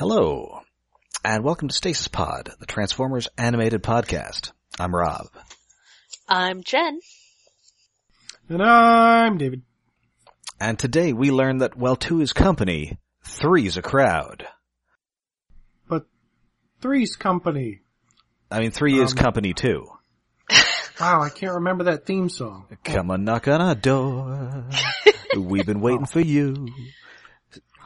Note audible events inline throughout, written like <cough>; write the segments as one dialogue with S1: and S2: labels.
S1: Hello, and welcome to Stasis Pod, the Transformers animated podcast. I'm Rob.
S2: I'm Jen.
S3: And I'm David.
S1: And today we learn that while two is company, three's a crowd.
S3: But Three's Company.
S1: I mean, three is
S3: Um,
S1: company too.
S3: Wow, I can't remember that theme song.
S1: Come and knock on our door. We've been waiting for you.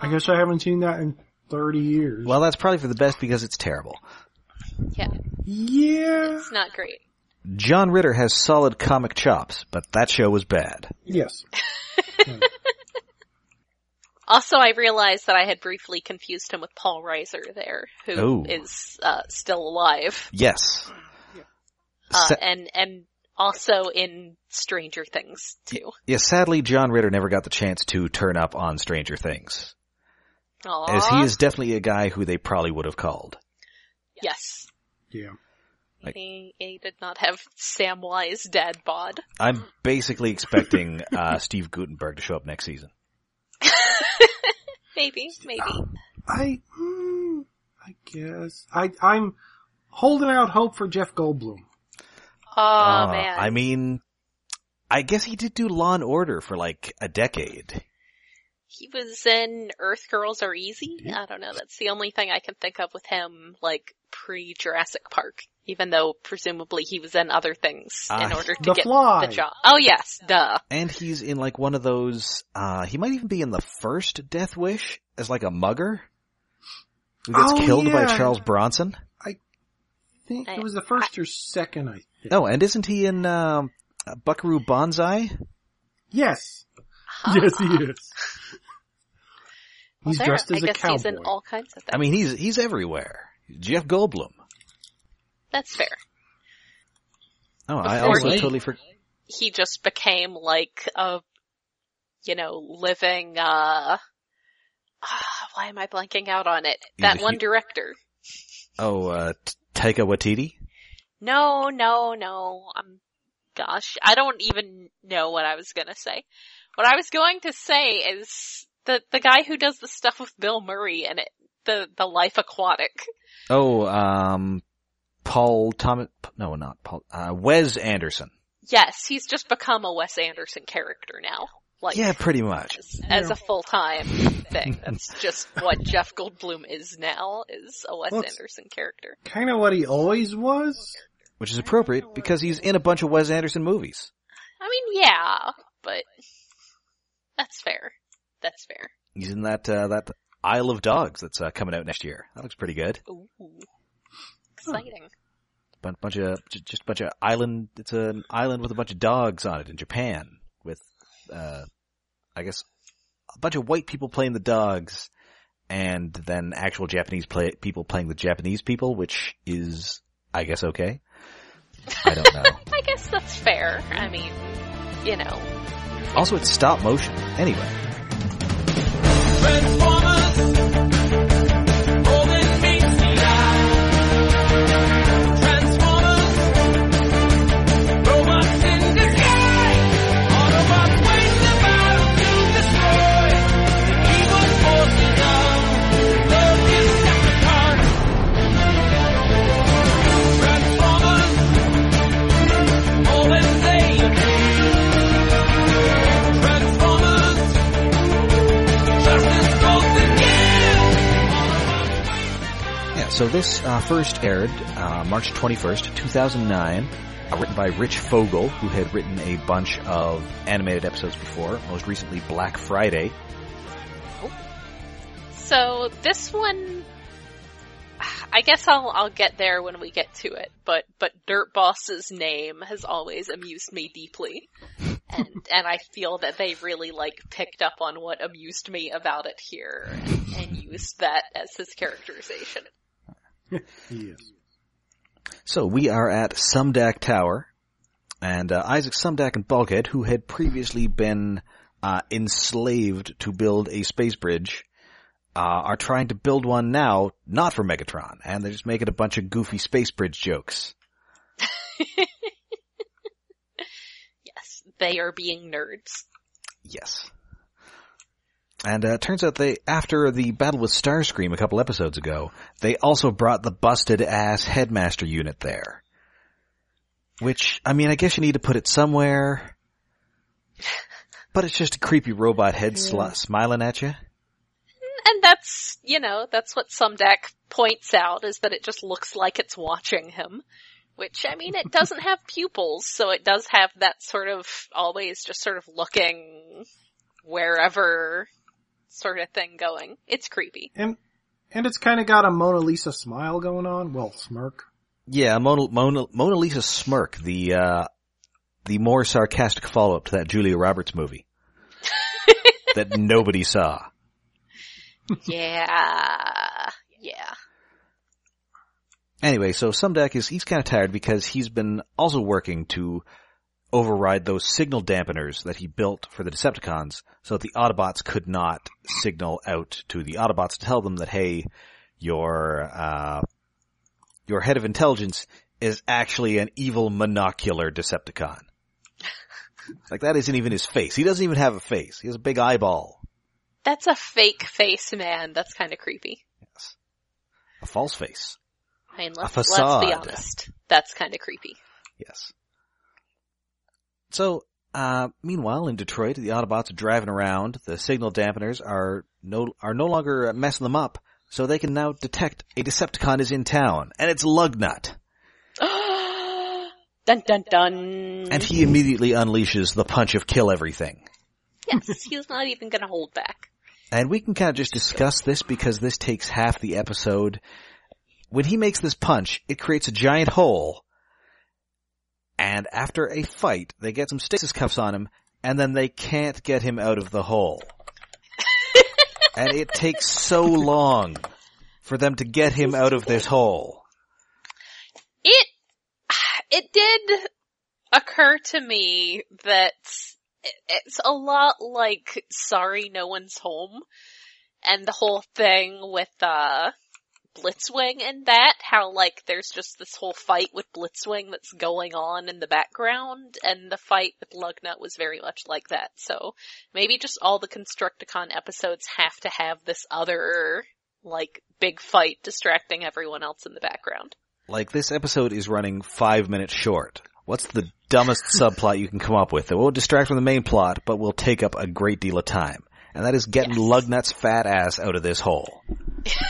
S3: I guess I haven't seen that in 30 years.
S1: Well, that's probably for the best because it's terrible.
S2: Yeah,
S3: yeah.
S2: it's not great.
S1: John Ritter has solid comic chops, but that show was bad.
S3: Yes.
S2: Also, I realized that I had briefly confused him with Paul Reiser there, who
S1: Oh.
S2: is uh, still alive,
S1: Yes.
S2: uh,
S1: Sa-
S2: and and also in Stranger Things too.
S1: yeah, sadly, John Ritter never got the chance to turn up on Stranger Things,
S2: Aww.
S1: as he is definitely a guy who they probably would have called.
S2: yes,
S3: Yeah.
S1: Like-
S2: he, he did not have Samwise dad bod.
S1: I'm basically expecting uh,
S3: <laughs>
S1: Steve Gutenberg to show up next season.
S2: Maybe, maybe.
S1: Ah.
S3: I, mm, I guess. I, I'm holding out hope for Jeff Goldblum.
S2: Oh
S1: Uh,
S2: man,
S1: I mean, I guess he did do Law and Order for like a decade.
S2: he was in Earth Girls Are Easy. I don't know. That's the only thing I can think of with him, like pre Jurassic Park. Even though presumably he was in other things in
S1: Ah,
S2: order to
S3: The
S2: get
S3: Fly.
S2: the job. Oh yes, duh.
S1: And he's in like one of those, uh, he might even be in the first Death Wish as like a mugger who gets
S3: Oh,
S1: killed by
S3: yeah.
S1: Charles Bronson.
S3: I think
S2: I-
S3: it was the first or second, I think.
S1: Oh, and isn't he in, um, uh, Buckaroo Banzai?
S3: Yes. <laughs> Yes, he is.
S2: Ah. Well,
S3: He's
S2: there,
S3: dressed as
S2: I
S3: a
S2: guess
S3: cowboy.
S2: he's in all kinds of things.
S1: I mean, he's, he's everywhere. Jeff Goldblum.
S2: that's fair.
S1: Oh, I
S2: Before
S1: also
S2: he-
S1: totally forgot.
S2: He just became like a, you know, living. uh <sighs> ah, Why am I blanking out on it?
S1: He
S2: That
S1: was-
S2: one
S1: he-
S2: director.
S1: Oh, uh, T- Taika Waititi?
S2: No, no, no. I'm, gosh, I don't even know what I was gonna say. What I was going to say is the the guy who does the stuff with Bill Murray in it, the the Life Aquatic.
S1: Oh, um, Paul Thomas, no, not Paul, uh, Wes Anderson.
S2: Yes, he's just become a Wes Anderson character now. Like
S1: Yeah, pretty much.
S2: as, as a full time
S3: <laughs>
S2: thing. That's just what Jeff Goldblum is now is a Wes
S3: Well, it's-
S2: Anderson character.
S3: Kind of what he always was.
S1: Which is appropriate because he's in a bunch of Wes Anderson movies.
S2: I mean, yeah, but that's fair. That's fair.
S1: He's in that, uh, that Isle of Dogs that's, uh, coming out next year. That looks pretty good.
S2: Ooh. Exciting.
S1: Bun- bunch of, j- just a bunch of island, it's an island with a bunch of dogs on it in Japan with, uh, I guess a bunch of white people playing the dogs and then actual Japanese play- people playing the Japanese people, which is, I guess, okay. I don't know.
S2: I guess that's fair. I mean, you know.
S1: Also, it's stop motion. Anyway. Yeah, so this uh, first aired uh, March 21st, 2009, uh, written by Rich Fogel, who had written a bunch of animated episodes before, most recently Black Friday.
S2: So this one, I guess I'll I'll get there when we get to it. But but Dirt Boss's name has always amused me deeply, and and I feel that they really like picked up on what amused me about it here and, and used that as his characterization.
S3: He is.
S1: So we are at Sumdac Tower, and uh, Isaac Sumdac and Bulkhead, who had previously been uh, enslaved to build a space bridge, uh, are trying to build one now, not for Megatron, and they're just making a bunch of goofy space bridge jokes.
S2: Yes, they are being nerds.
S1: Yes. And uh, it turns out they, after the battle with Starscream a couple episodes ago, they also brought the busted ass headmaster unit there. Which, I mean, I guess you need to put it somewhere. But it's just a creepy robot head sli- smiling at you.
S2: And that's, you know, that's what Sumdac points out is that it just looks like it's watching him. Which, I mean, <laughs> it doesn't have pupils, so it does have that sort of always just sort of looking wherever sort of thing going. It's <laughs> creepy.
S3: And and it's kind of got a Mona Lisa smile going on. Well, smirk.
S1: Yeah, Mona, Mona, Mona Lisa smirk, the, uh, the more sarcastic follow-up to that Julia Roberts movie. that nobody saw.
S2: Yeah. Yeah.
S1: Anyway, so Sumdac is he's kind of tired because he's been also working to override those signal dampeners that he built for the Decepticons so that the Autobots could not signal out to the Autobots to tell them that hey, your uh your head of intelligence is actually an evil monocular Decepticon. <laughs> like that isn't even his face. He doesn't even have a face. He has a big eyeball.
S2: That's a fake face man. That's kind of creepy.
S1: Yes. A false face.
S2: I mean,
S1: A
S2: let's, let's be
S1: facade.
S2: honest. That's kind of creepy. <gasps>
S1: Yes. So, uh, meanwhile, in Detroit, the Autobots are driving around. The signal dampeners are no are no longer messing them up, so they can now detect a Decepticon is in town, and it's Lugnut.
S2: dun dun dun.
S1: And he immediately unleashes the punch of kill everything.
S2: yes, he's not even gonna hold back.
S1: And we can kind of just discuss this because this takes half the episode. When he makes this punch, it creates a giant hole. And after a fight, they get some stasis cuffs on him, and then they can't get him out of the hole. and it takes so long for them to get him out of this hole.
S2: It, it did occur to me that it's a lot like Sorry No One's Home and the whole thing with, uh, Blitzwing and that, how like there's just this whole fight with Blitzwing that's going on in the background and the fight with Lugnut was very much like that. So maybe just all the Constructicon episodes have to have this other like big fight distracting everyone else in the background.
S1: Like this episode is running five minutes short. What's the dumbest <laughs> subplot you can come up with that won't distract from the main plot, but will take up a great deal of time? And that is getting
S2: Yes.
S1: Lugnut's fat ass out of this hole.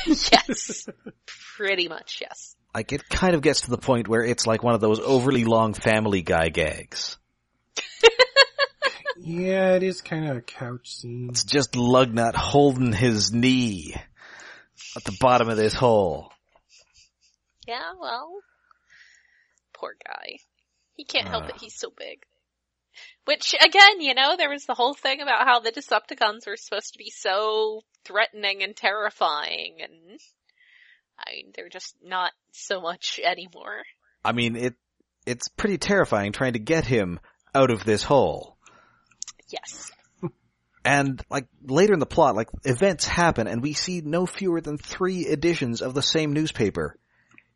S2: yes. <laughs> Pretty much, yes.
S1: Like it kind of gets to the point where it's like one of those overly long Family Guy gags.
S3: Yeah, it is kind of a
S1: <laughs>
S3: couch scene.
S1: It's just Lugnut holding his knee at the bottom of this hole.
S2: Yeah, well. Poor guy. He can't help it,
S1: Ah.
S2: he's so big. Which, again, you know, there was the whole thing about how the Decepticons were supposed to be so threatening and terrifying, and I mean, they're just not so much anymore.
S1: I mean, it it's pretty terrifying trying to get him out of this hole.
S2: Yes.
S1: And like later in the plot, like events happen and we see no fewer than three editions of the same newspaper.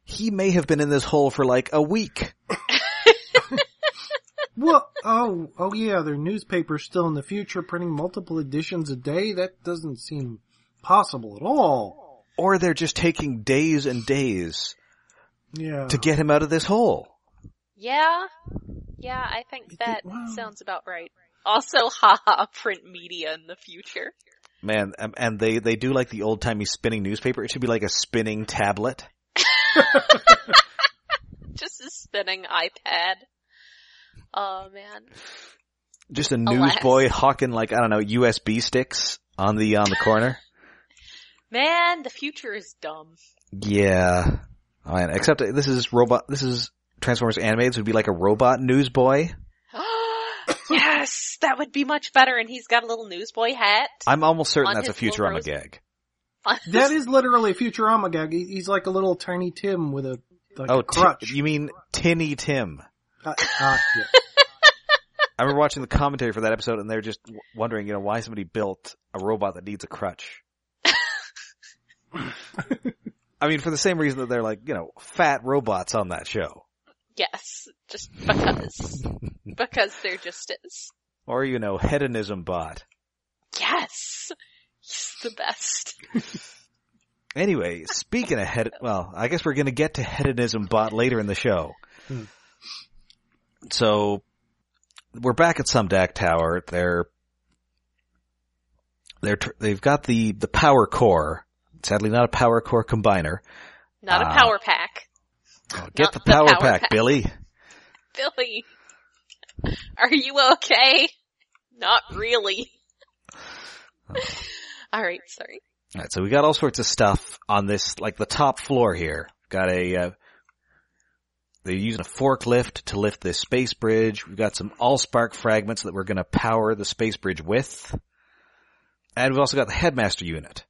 S1: He may have been in this hole for like a week.
S3: Well, oh, oh yeah, their newspaper's still in the future, printing multiple editions a day. That doesn't seem possible at all.
S1: Or they're just taking days and days
S3: Yeah.
S1: to get him out of this hole.
S2: Yeah? Yeah, I think that
S3: Wow.
S2: sounds about right. Also, <laughs> haha, print media in the future.
S1: Man, um, and they, they do like the old timey spinning newspaper. It should be like a spinning tablet.
S2: <laughs> just a spinning iPad. Oh man.
S1: Just a
S2: Alas.
S1: newsboy hawking like, I don't know, USB sticks on the, on the corner.
S2: Man, the future is dumb. <gasps>
S1: yeah. Oh, man, except this is robot, this is Transformers animated, so it'd be like a robot newsboy.
S2: yes, that would be much better and he's got a little newsboy hat.
S1: I'm almost certain
S2: On
S1: that's a
S2: his little
S1: Futurama
S2: rose-
S1: gag.
S3: that is literally a Futurama gag. He- He's like a little tiny Tim with a like
S1: Oh,
S3: a
S1: Ti- <laughs>
S3: crutch.
S1: you mean Tinny Tim?
S3: Uh, uh, yeah.
S1: I remember watching the commentary for that episode, and they're just w- wondering, you know, why somebody built a robot that needs a crutch.
S2: <laughs>
S1: I mean, for the same reason that they're like, you know, fat robots on that show,
S2: <laughs> Yes, just
S3: <laughs>
S2: because. because there just is.
S1: or you know, hedonism bot.
S2: Yes. the best.
S1: Anyway, speaking of head, well, I guess we're going to get to hedonism bot later in the show.
S3: Hmm.
S1: So we're back at Sumdac Tower. They're they're tr- they've got the the power core. Sadly, not a power core combiner.
S2: Not
S1: Ah.
S2: a power pack.
S1: Oh, get
S2: Not
S1: the
S2: the
S1: power,
S2: power
S1: pack,
S2: pack.
S1: Billy.
S2: Billy, are you okay? Not
S3: <laughs>
S2: really. Alright, sorry.
S1: All right, so we got all sorts of stuff on this, like the top floor here. Got a, uh, they're using a forklift to lift this space bridge. We've got some Allspark fragments that we're gonna power the space bridge with. And we've also got the headmaster unit.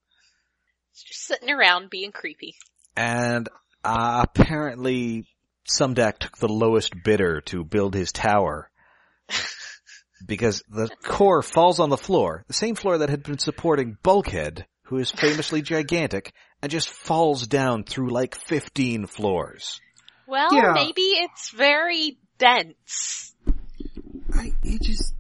S2: It's just sitting around being creepy.
S1: And, uh, apparently Sumdac took the lowest bidder to build his tower. Because the core falls on the floor, the same floor that had been supporting Bulkhead, who is famously gigantic, and just falls down through like 15 floors.
S2: Well,
S3: Yeah.
S2: maybe it's very dense.
S3: I, it just,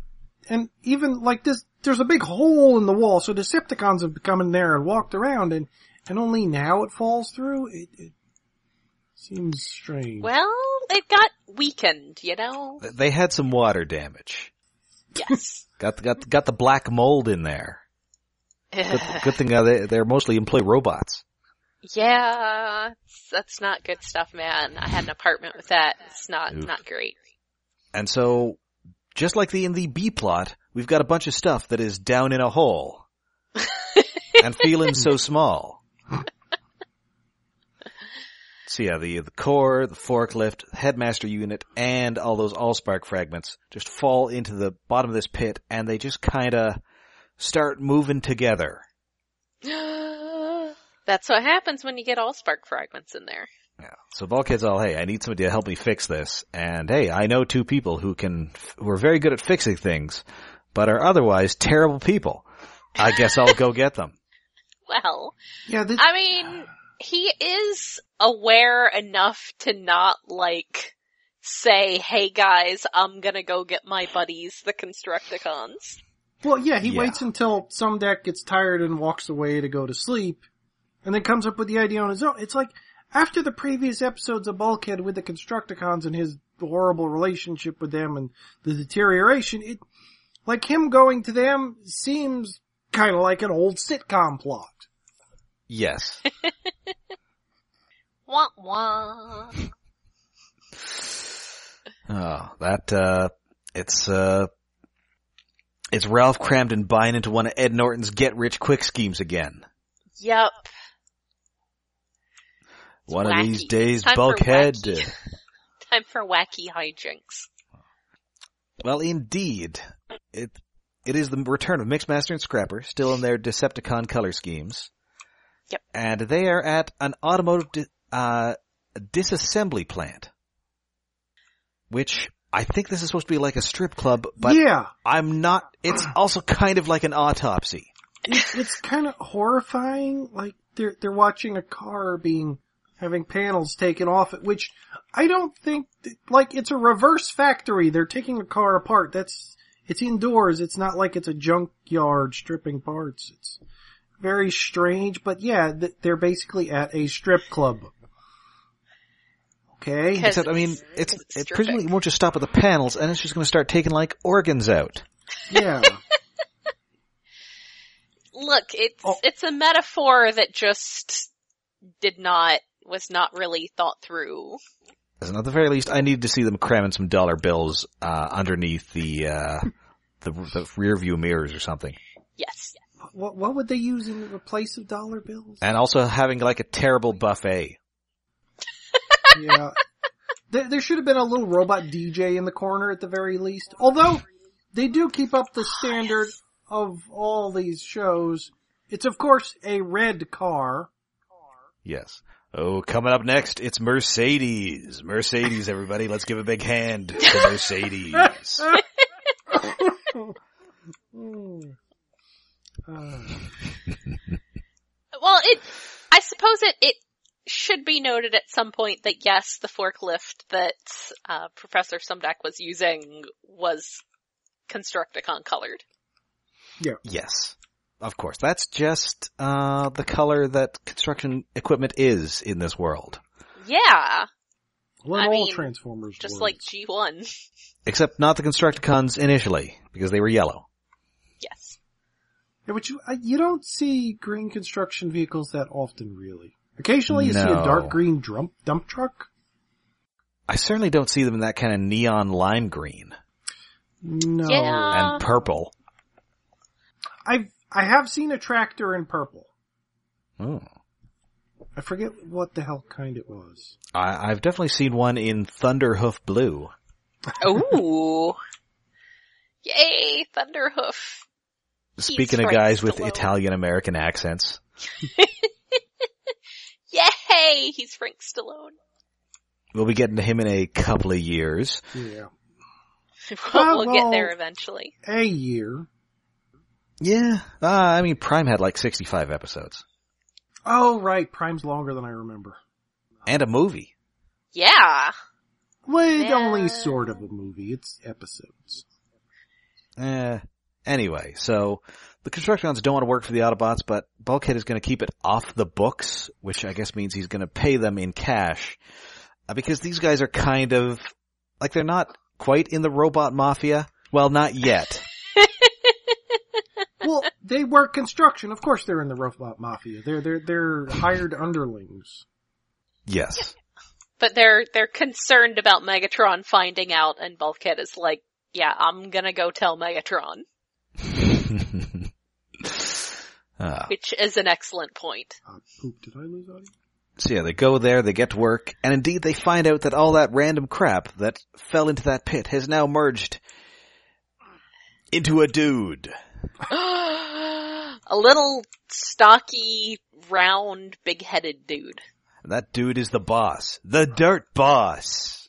S3: and even like this, there's a big hole in the wall, so Decepticons have come in there and walked around, and and only now it falls through. It, it seems strange.
S2: Well, it got weakened, you know?
S1: They had some water damage.
S2: Yes.
S1: Got the, got the, got the black mold in there. <laughs> Good,
S2: yeah,
S1: good thing uh, they, they're mostly employee robots.
S2: it's- that's not good stuff, man. I had an apartment with that. It's not,
S1: Oof.
S2: not great. <gasps>
S1: And so, just like the in the B plot, we've got a bunch of stuff that is down in a hole. and feeling so small. So yeah, the, the core, the forklift, headmaster unit, and all those allspark fragments just fall into the bottom of this pit and they just kinda start moving together.
S2: That's what happens when you get all spark fragments in there.
S1: Yeah. So Volkid's all, hey, I need somebody to help me fix this. And hey, I know two people who can, who are very good at fixing things, but are otherwise terrible people. I guess I'll go get
S2: <laughs>
S1: them.
S2: Well,
S3: yeah, this,
S2: I mean, he is aware enough to not like say, hey guys, I'm gonna go get my buddies, the Constructicons.
S3: well, yeah, he
S1: yeah.
S3: waits until some deck gets tired and walks away to go to sleep, and then comes up with the idea on his own. It's like after the previous episodes of Bulkhead with the Constructicons and his horrible relationship with them and the deterioration, it like him going to them seems kind of like an old sitcom plot.
S1: Yes.
S2: Wah wah.
S1: Oh, that, uh, it's, uh, it's Ralph Cramden buying into one of Ed Norton's get rich quick schemes again.
S2: Yep.
S1: one of these
S2: wacky.
S1: days,
S2: Time for
S1: Bulkhead. uh,
S2: wacky. Time for wacky hijinks.
S1: Well, indeed, it it is the return of Mixmaster and Scrapper, still in their Decepticon color schemes.
S2: Yep.
S1: And they are at an automotive di- uh, disassembly plant, which I think this is supposed to be like a strip club, but
S3: yeah,
S1: I'm not. It's also kind of like an autopsy.
S3: it's kind of horrifying. Like they're they're watching a car being having panels taken off it, which I don't think th- like it's a reverse factory. They're taking a car apart. That's it's indoors. It's not like it's a junkyard stripping parts. It's very strange, but yeah, th- they're basically at a strip club. Okay.
S1: <laughs>
S2: Because
S1: Except, I mean, it's
S2: it's
S1: it
S2: stripping.
S1: presumably it won't just stop at the panels, and it's just going to start taking like organs out.
S3: Yeah.
S2: Look, it's
S3: Oh.
S2: it's a metaphor that just did not was not really thought through.
S1: And at the very least, I need to see them cramming some dollar bills uh, underneath the, uh, the the rear view mirrors or something,
S2: Yes.
S3: what what would they use in the place of dollar bills?
S1: and also having like a terrible buffet.
S3: yeah. There, there should have been a little robot DJ in the corner at the very least. Although, they do keep up
S2: Ah,
S3: the standard of all these shows. It's of course a
S2: <laughs>
S3: red car.
S1: Yes. Oh, coming up next, it's Mercedes. Mercedes, everybody, let's give a big hand to Mercedes.
S3: Mm. Uh,
S2: Well, it I suppose it it should be noted at some point that yes, the forklift that uh, Professor Sumdac was using was Constructicon colored.
S1: yes. Of course, that's just uh, the color that construction equipment is in this world.
S2: Yeah,
S3: Well,
S2: I
S3: all
S2: mean,
S3: Transformers
S2: just
S3: words.
S2: like G1.
S1: Except not the Constructicons initially, because they were yellow.
S2: Yes.
S3: Yeah, which you, I- you don't see green construction vehicles that often, really. Occasionally, you see a
S1: No.
S3: dark green dump dump truck.
S1: I certainly don't see them in that kind of neon lime green
S3: No,
S2: Yeah. Uh.
S1: and purple.
S3: I've I have seen a tractor in purple.
S1: Oh.
S3: I forget what the hell kind it was.
S1: I, I've definitely seen one in Thunderhoof blue.
S2: Ooh. Yay, Thunderhoof.
S1: Speaking of
S2: Frank
S1: guys with
S2: Stallone.
S1: Italian American accents,
S2: Yay, he's Frank Stallone. <laughs>
S1: we'll be getting to him in a couple of years.
S3: Yeah,
S2: we'll, we'll
S3: well.
S2: get there eventually.
S3: a year.
S1: Yeah, uh, I mean, Prime had like 65 episodes.
S3: Oh right, Prime's longer than I remember.
S1: And a movie.
S2: Yeah.
S3: Well, it's
S2: Yeah.
S3: only sort of a movie. It's episodes.
S1: Eh. Anyway, so the Constructicons don't want to work for the Autobots, but Bulkhead is going to keep it off the books, which I guess means he's going to pay them in cash. Uh, because these guys are kind of, like they're not quite in the robot mafia. Well, not yet.
S3: Well,
S2: <laughs>
S3: they work construction. Of course, they're in the robot mafia. They're they're they're hired underlings.
S1: yes.
S2: But they're, they're concerned about Megatron finding out and Bulkhead is like, yeah, I'm gonna go tell Megatron.
S1: <laughs> Ah.
S2: Which is an excellent point. <gasps>
S3: Uh, poop! Did I lose audio?
S1: So yeah, they go there, they get to work, and indeed they find out that all that random crap that fell into that pit has now merged into a dude.
S2: a little stocky, round, big-headed dude.
S1: And that dude is the boss. The dirt boss.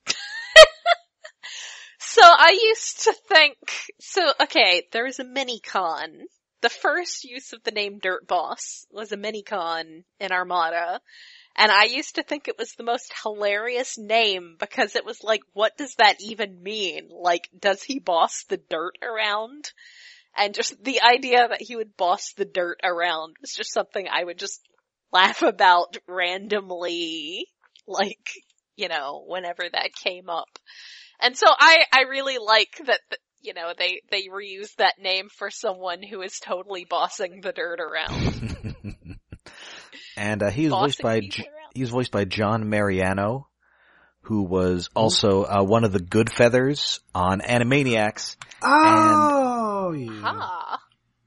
S2: So I used to think, so okay, there was a mini con. The first use of the name Dirt Boss was a mini con in Armada. And I used to think it was the most hilarious name because it was like, what does that even mean? Like, does he boss the dirt around? And just the idea that he would boss the dirt around was just something I would just laugh about randomly, like, you know, whenever that came up. And so I, I really like that, th- you know, they, they reuse that name for someone who is totally bossing the dirt around.
S1: and uh, he was voiced
S2: bossing
S1: by
S2: people
S1: J-
S2: around.
S1: he was voiced by John Mariano, who was also uh, one of the good feathers on Animaniacs,
S3: Oh yeah.
S2: Ha.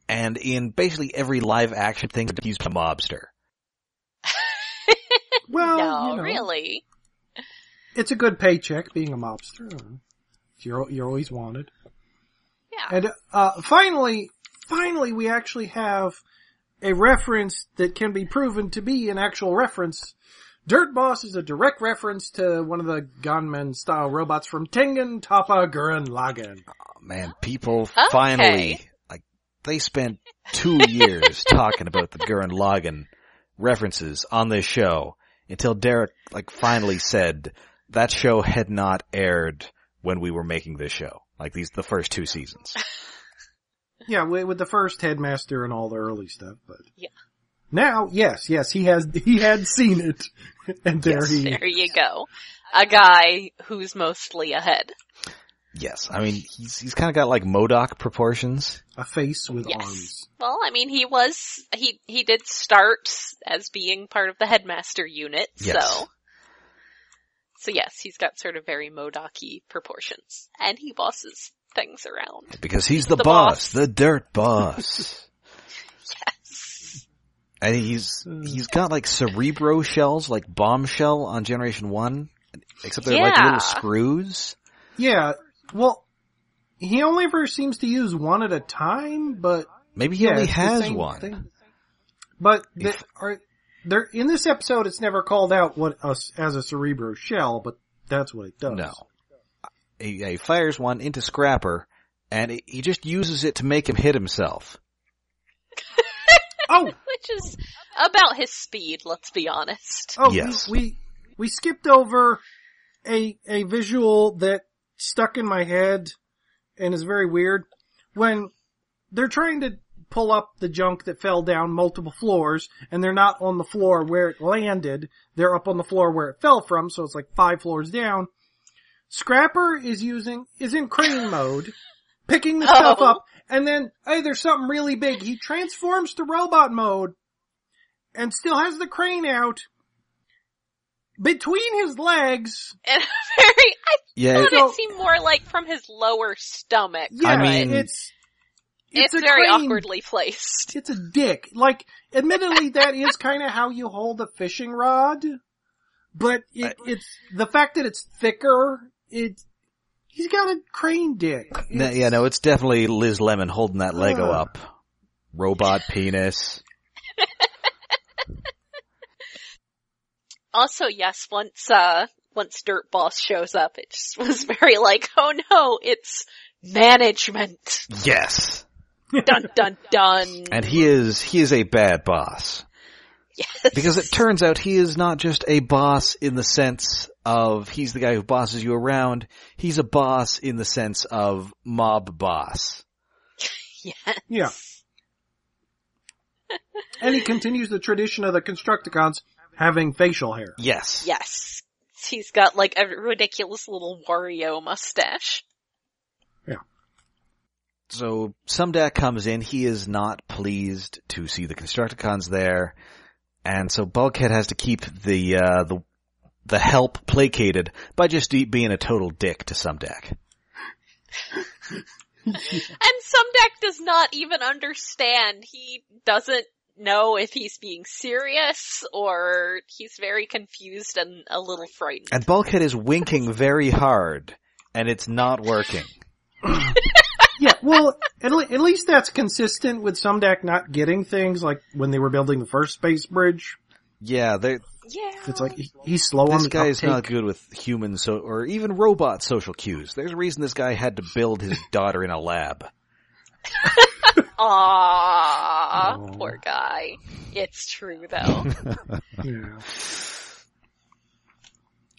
S1: and in basically every live action thing he's a mobster.
S2: <laughs>
S3: Well,
S2: no,
S3: you know,
S2: really?
S3: it's a good paycheck being a mobster. You're you're always wanted.
S2: Yeah.
S3: And uh, finally, finally, we actually have a reference that can be proven to be an actual reference. Dirt Boss is a direct reference to one of the gunmen style robots from Tengen Toppa Gurren Lagann.
S1: man, people
S2: Okay.
S1: finally like they spent
S2: <laughs>
S1: two years talking about the Gurren Lagann references on this show until Derek like finally said that show had not aired when we were making this show. Like these the first two seasons.
S3: Yeah, wi- with the first headmaster and all the early stuff, but
S2: Yeah.
S3: Now, yes, yes, he has he had seen it, <laughs> and there
S1: Yes,
S2: <laughs>
S3: he
S2: There you go. A guy who's mostly a head.
S1: Yes. I mean he's he's kinda got like Modoc proportions.
S3: a face with
S2: Yes.
S3: arms.
S2: Well, I mean, he was, he, he did start as being part of the headmaster unit,
S1: Yes.
S2: so. So yes, he's got sort of very Modoc-y proportions. And he bosses things around. <laughs>
S1: Because he's the,
S2: The
S1: boss,
S2: boss.
S1: the dirt
S2: <laughs>
S1: boss. And he's
S3: Hmm.
S1: he's got like cerebro shells, like bombshell on Generation One, except they're like
S2: Yeah.
S1: little screws.
S3: Yeah, well, he only ever seems to use one at a time, but
S1: Maybe he
S3: yeah,
S1: only
S3: it's the
S1: has
S3: same
S1: one.
S3: thing. But the,
S1: If-
S3: are there in this episode? It's never called out what us as a cerebro shell, but that's what it does.
S1: No, he, yeah, he fires one into Scrapper, and he- he just uses it to make him hit himself.
S3: Oh,
S2: Which is about his speed, let's be honest.
S3: oh,
S1: Yes.
S3: we, we we skipped over a a visual that stuck in my head and is very weird when they're trying to pull up the junk that fell down multiple floors, and they're not on the floor where it landed. They're up on the floor where it fell from, so it's like five floors down. Scrapper is using, is in crane mode, picking the stuff
S2: Oh.
S3: up, and then, hey, there's something really big. He transforms to robot mode, and still has the crane out, between his legs,
S2: And <laughs> very, I
S1: Yeah,
S2: thought
S1: it-
S3: So-
S2: it seemed more like from his lower stomach.
S3: yeah,
S1: I mean-
S3: it's,
S2: it's,
S3: a
S2: very
S3: crane.
S2: awkwardly placed.
S3: It's a dick. Like, admittedly, that is kind of how you hold a fishing rod, but it, it's the fact that it's thicker. It he's got a crane dick.
S1: no,
S3: It's-
S1: yeah, no, it's definitely Liz Lemon holding that Lego
S3: Ah.
S1: up. Robot penis.
S2: Also, yes, once uh once Dirt Boss shows up, it just <laughs> was very like, oh no, it's management.
S1: Yes.
S3: <laughs>
S2: Dun dun dun.
S1: And he is, he is a bad boss.
S2: Yes.
S1: Because it turns out he is not just a boss in the sense of he's the guy who bosses you around. He's a boss in the sense of mob boss.
S2: Yeah.
S3: yeah. and he continues the tradition of the Constructicons having facial hair.
S1: Yes.
S2: Yes. He's got like a ridiculous little Wario mustache.
S1: So Sumdak comes in. He is not pleased to see the Constructicons there, and so Bulkhead has to keep the uh, the the help placated by just de- being a total dick to Sumdak.
S2: And Sumdak does not even understand. He doesn't know if he's being serious or he's very confused and a little frightened.
S1: And Bulkhead is winking very hard, and it's not working.
S3: Yeah, well, at, le- at least that's consistent with Sumdac not getting things like when they were building the first space bridge.
S1: Yeah, they-
S2: yeah.
S3: It's like he, he's slow on
S1: this
S3: the
S1: guy is
S3: uptake.
S1: not good with human so or even robot social cues. There's a reason this guy had to build his daughter in a lab.
S2: Aww,
S3: Oh.
S2: poor guy. It's true though.
S3: Yeah.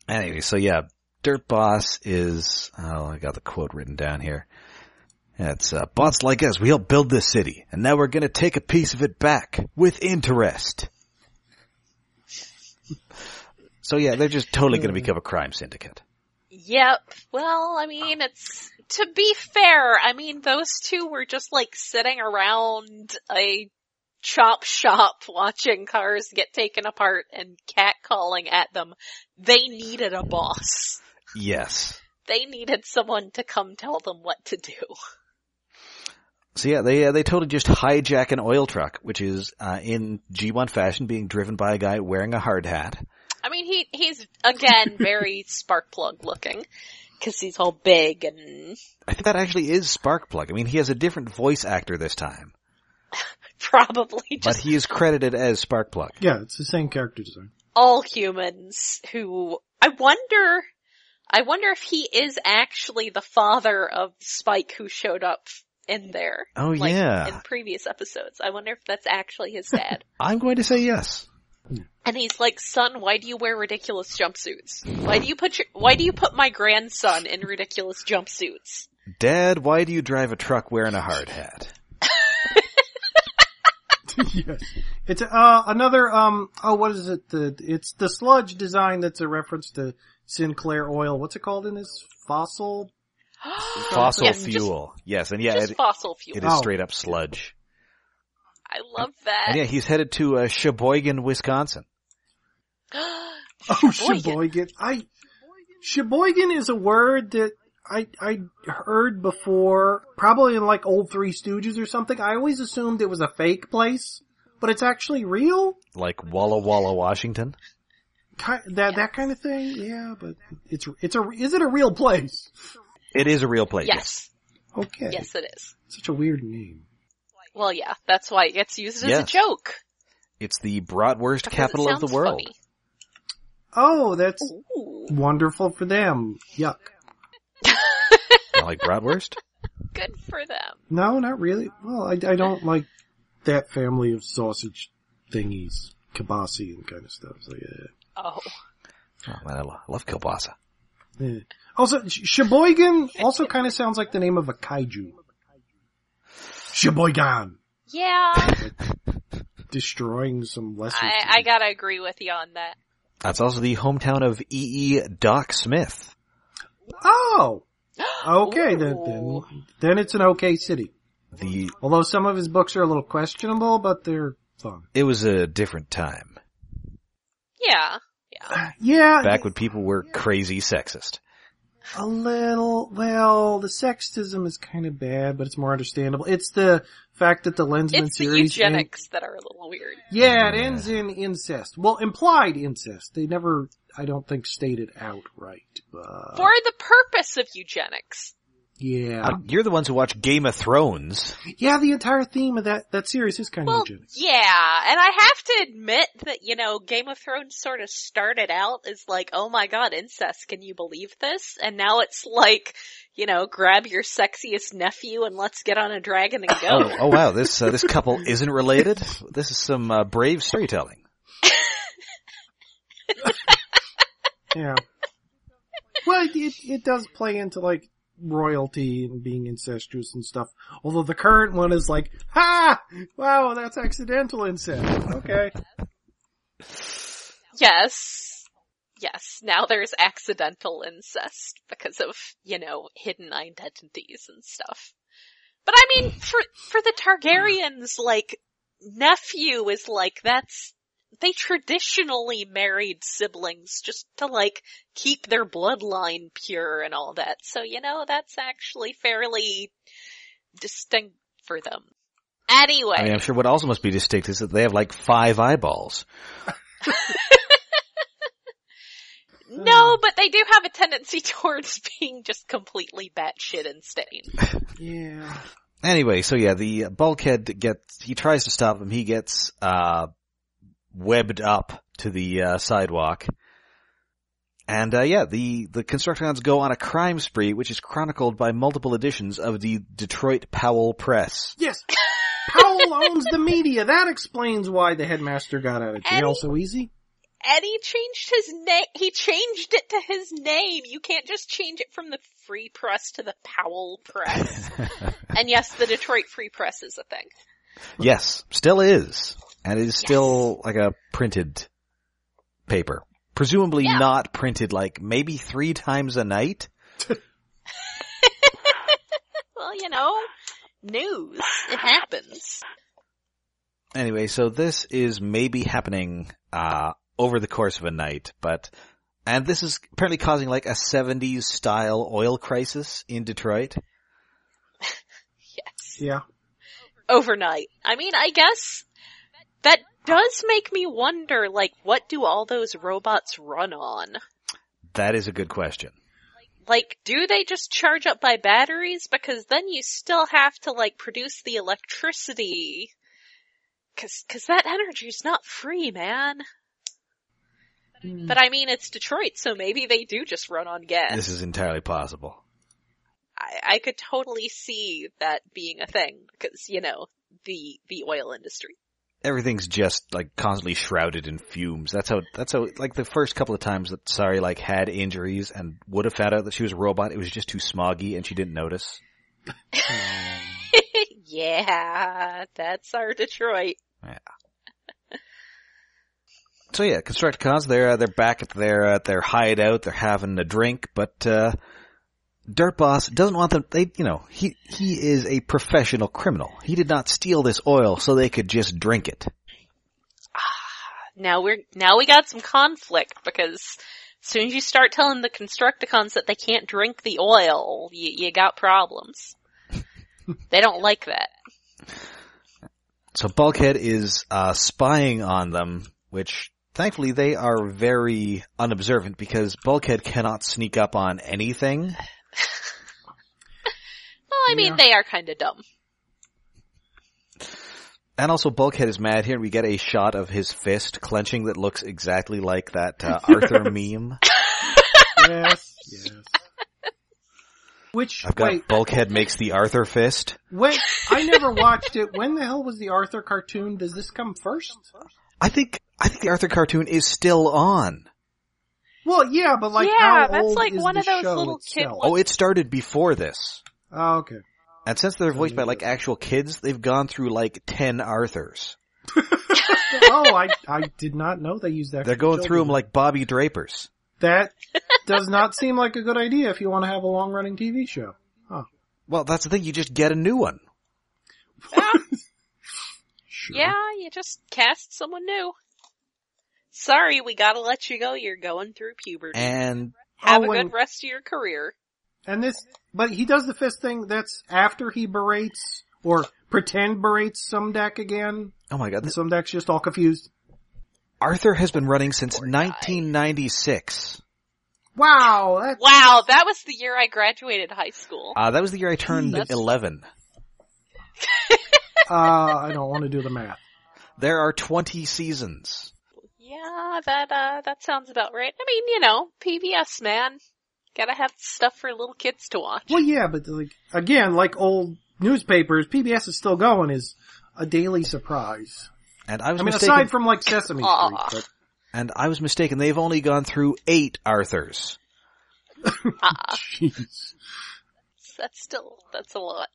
S1: Anyway, so yeah, Dirt Boss is, oh, I got the quote written down here. Yeah, It's, uh, bots like us, we helped build this city, and now we're gonna take a piece of it back, with interest. <laughs> So yeah, they're just totally gonna become a crime syndicate.
S2: yep. Well, I mean, it's, to be fair, I mean, those two were just like sitting around a chop shop <laughs> watching cars get taken apart and catcalling at them. They needed a boss.
S1: Yes.
S2: They needed someone to come tell them what to do.
S1: So yeah, they, uh, they totally just hijack an oil truck, which is, uh, in G1 fashion, being driven by a guy wearing a hard hat.
S2: I mean, he, he's again very spark plug looking. Cause he's all big and <laughs>
S1: I think that actually is Sparkplug. I mean, he has a different voice actor this time,
S2: probably just
S1: but he is credited as Sparkplug.
S3: yeah, it's the same character design.
S2: all humans who I wonder I wonder if he is actually the father of Spike who showed up in there.
S1: Oh
S2: like,
S1: yeah.
S2: In previous episodes. I wonder if that's actually his dad. <laughs>
S1: I'm going to say yes.
S2: and he's like, son, why do you wear ridiculous jumpsuits? Why do you put your, why do you put my grandson in ridiculous jumpsuits?
S1: Dad, why do you drive a truck wearing a hard hat?
S3: yes. It's uh another um oh what is it the it's the sludge design that's a reference to Sinclair oil. What's it called in this fossil?
S1: Fossil
S2: Yes, Oh, just-
S1: fuel. yes, and yeah,
S2: Just,
S1: it,
S2: fossil fuel.
S1: it is
S3: Oh.
S1: straight up sludge.
S2: I love that.
S1: And
S2: <gasps>
S1: yeah, he's headed to uh, Sheboygan, Wisconsin.
S3: <laughs>
S1: <laughs>
S3: Oh,
S2: Sheboygan.
S3: Sheboygan. I Sheboygan is a word that I I heard before, probably in like old Three Stooges or something. I always assumed it was a fake place, but it's actually real.
S1: Like Walla Walla, Washington.
S3: Ki that that kind of thing. Yeah, but it's it's a is it a real place?
S1: It is a real place.
S2: yes.
S3: Okay.
S2: Yes it is.
S3: Such a weird name.
S2: Well yeah, that's why it gets used as a
S1: Yes.
S2: joke.
S1: It's the Bratwurst
S2: because it
S1: capital of the
S2: sounds
S1: world.
S2: funny.
S3: Oh, that's
S2: Ooh,
S3: wonderful for them. Yuck.
S1: Not like
S2: <laughs>
S1: Bratwurst?
S2: good for them.
S3: No, not really. Well, I,
S2: <laughs>
S3: I don't like that family of sausage thingies, kibasi and kind of stuff. So yeah.
S2: Oh,
S1: Oh, man, I lo- I love kielbasa.
S3: yeah. Also, Sh- Sheboygan also kind of sounds like the name of a kaiju. Sheboygan.
S2: <laughs> Yeah,
S3: destroying some lesser.
S2: I, I
S3: cities.
S2: gotta agree with you on that.
S1: That's also the hometown of E.E. Doc Smith.
S2: <gasps>
S3: oh, okay. Then,
S2: Ooh.
S3: then then it's an okay city.
S1: The,
S3: Although some of his books are a little questionable, but they're fun.
S1: it was a different time.
S2: Yeah.
S3: Yeah,
S1: Back when people were crazy sexist.
S3: A little, well, the sexism is kind of bad, but it's more understandable. It's the fact that the Lensman
S2: It's the
S3: series,
S1: eh?
S3: end-
S2: eugenics that are a little weird.
S3: yeah, it ends in incest. Well, implied incest. They never, I don't think, stated outright. But
S2: For the purpose of eugenics.
S3: yeah,
S1: Uh, You're the ones who watch Game of Thrones.
S3: yeah, the entire theme of that that series is kind
S2: Well,
S3: of eugenics.
S2: yeah, and I have to admit that, you know, Game of Thrones sort of started out as like, oh my god, incest, can you believe this? And now it's like, you know, grab your sexiest nephew and let's get on a dragon and
S1: Oh,
S2: <laughs> go.
S1: oh wow, this uh, this couple isn't related. This is some uh, brave storytelling.
S3: Yeah. well, it, it it does play into like royalty and being incestuous and stuff. Although the current one is like, ha, wow, that's accidental incest. Okay.
S2: yes. Yes, now there's accidental incest because of, you know, hidden identities and stuff. But I mean, for, for the Targaryens, like, nephew is like, that's, they traditionally married siblings just to like keep their bloodline pure and all that. So, you know, that's actually fairly distinct for them. Anyway.
S1: I mean, I'm sure what also must be distinct is that they have like five eyeballs.
S2: No, but they do have a tendency <laughs> towards being just completely batshit insane.
S3: Yeah.
S1: Anyway, so yeah, the bulkhead gets, he tries to stop him, he gets, uh, webbed up to the, uh, sidewalk. And, uh, yeah, the, the Constructicons go on a crime spree, which is chronicled by multiple editions of the Detroit Powell
S3: <laughs>
S1: Press.
S3: Yes. Powell owns the media. That explains why the headmaster got out of jail
S2: And-
S3: so easy.
S2: And he changed his name. He changed it to his name. You can't just change it from the Free Press to the Powell
S1: <laughs>
S2: Press. and yes, the Detroit Free Press is a thing.
S1: Yes, still is. And it is still like a printed paper. Presumably
S2: Yeah.
S1: not printed like maybe three times a night.
S2: Well, you know, news. It happens.
S1: anyway, so this is maybe happening uh over the course of a night, but and this is apparently causing like a 70s style oil crisis in Detroit.
S2: Yes.
S3: Yeah.
S2: Overnight. I mean, I guess that does make me wonder, like, what do all those robots run on?
S1: That is a good question.
S2: Like, do they just charge up by batteries? Because then you still have to like produce the electricity. Cause, cause that energy's not free, man.
S3: Hmm.
S2: But I mean, it's Detroit, so maybe they do just run on gas.
S1: This is entirely possible.
S2: I, I could totally see that being a thing, because, you know, the, the oil industry. <laughs>
S1: Everything's just like constantly shrouded in fumes. That's how, that's how, like the first couple of times that Sari like had injuries and would have found out that she was a robot, it was just too smoggy and she didn't notice.
S2: yeah, that's our Detroit.
S1: So yeah, Constructicons, they're, uh, they're back at their, uh, their hideout, they're having a drink, but, uh, Dirt Boss doesn't want them, they, you know, he, he is a professional criminal. He did not steal this oil so they could just drink it.
S2: now we're now we got some conflict because as soon as you start telling the Constructicons that they can't drink the oil, you, you got
S1: <laughs>
S2: problems. they don't like that.
S1: So Bulkhead is, uh, spying on them, which thankfully they are very unobservant because Bulkhead cannot sneak up on anything.
S2: Well, I mean,
S3: Yeah.
S2: they are kind of
S1: <laughs>
S2: dumb.
S1: And also Bulkhead is mad here and we get a shot of his fist clenching that looks exactly like that, uh, Arthur meme.
S3: <laughs> Yes. Yes. Which
S1: I've got
S3: wait,
S1: Bulkhead makes the Arthur fist.
S3: wait, I never watched it. When the hell was the Arthur cartoon? Does this come first?
S1: I think I think the Arthur cartoon is still on.
S3: Well, yeah, but like
S2: Yeah,
S3: how
S2: that's
S3: old
S2: like
S3: is
S2: one
S3: the
S2: of those
S3: show
S2: little kid
S3: itself?
S2: ones.
S1: Oh, it started before this.
S3: Oh, okay.
S1: And since they're voiced by like actual kids, they've gone through like 10 Arthurs.
S3: oh, I I did not know they used that.
S1: They're going through them like Bobby Drapers.
S2: <laughs>
S3: that. Does not seem like a good idea if you want to have a long running TV show.
S1: Well, that's the thing. You just get a new one.
S3: Sure.
S2: Yeah, you just cast someone new. Sorry, we gotta let you go. You're going through puberty.
S1: And
S2: Have a
S3: Oh, and-
S2: good rest of your career.
S3: And this, but he does the fist thing. That's after he berates or pretend berates some deck again.
S1: oh my god,
S3: And
S1: this,
S3: some deck's just all confused.
S1: Arthur has been running since 1996.
S3: Wow, that
S2: Wow, that was the year I graduated high school.
S1: Uh, that was the year I turned
S2: That's-
S1: 11.
S3: uh, I don't want to do the math.
S1: There are 20 seasons.
S2: Yeah, that uh that sounds about right. I mean, you know, PBS man. Gotta have stuff for little kids to watch.
S3: Well, yeah, but like again, like old newspapers, PBS is still going. Is a daily surprise.
S1: And I was
S3: I mean,
S1: mistaken.
S3: aside from like Sesame Street,
S2: Aw. <laughs>
S3: but
S1: and I was mistaken. They've only gone through eight Arthurs.
S2: Uh,
S3: jeez,
S2: <laughs> that's still that's a lot.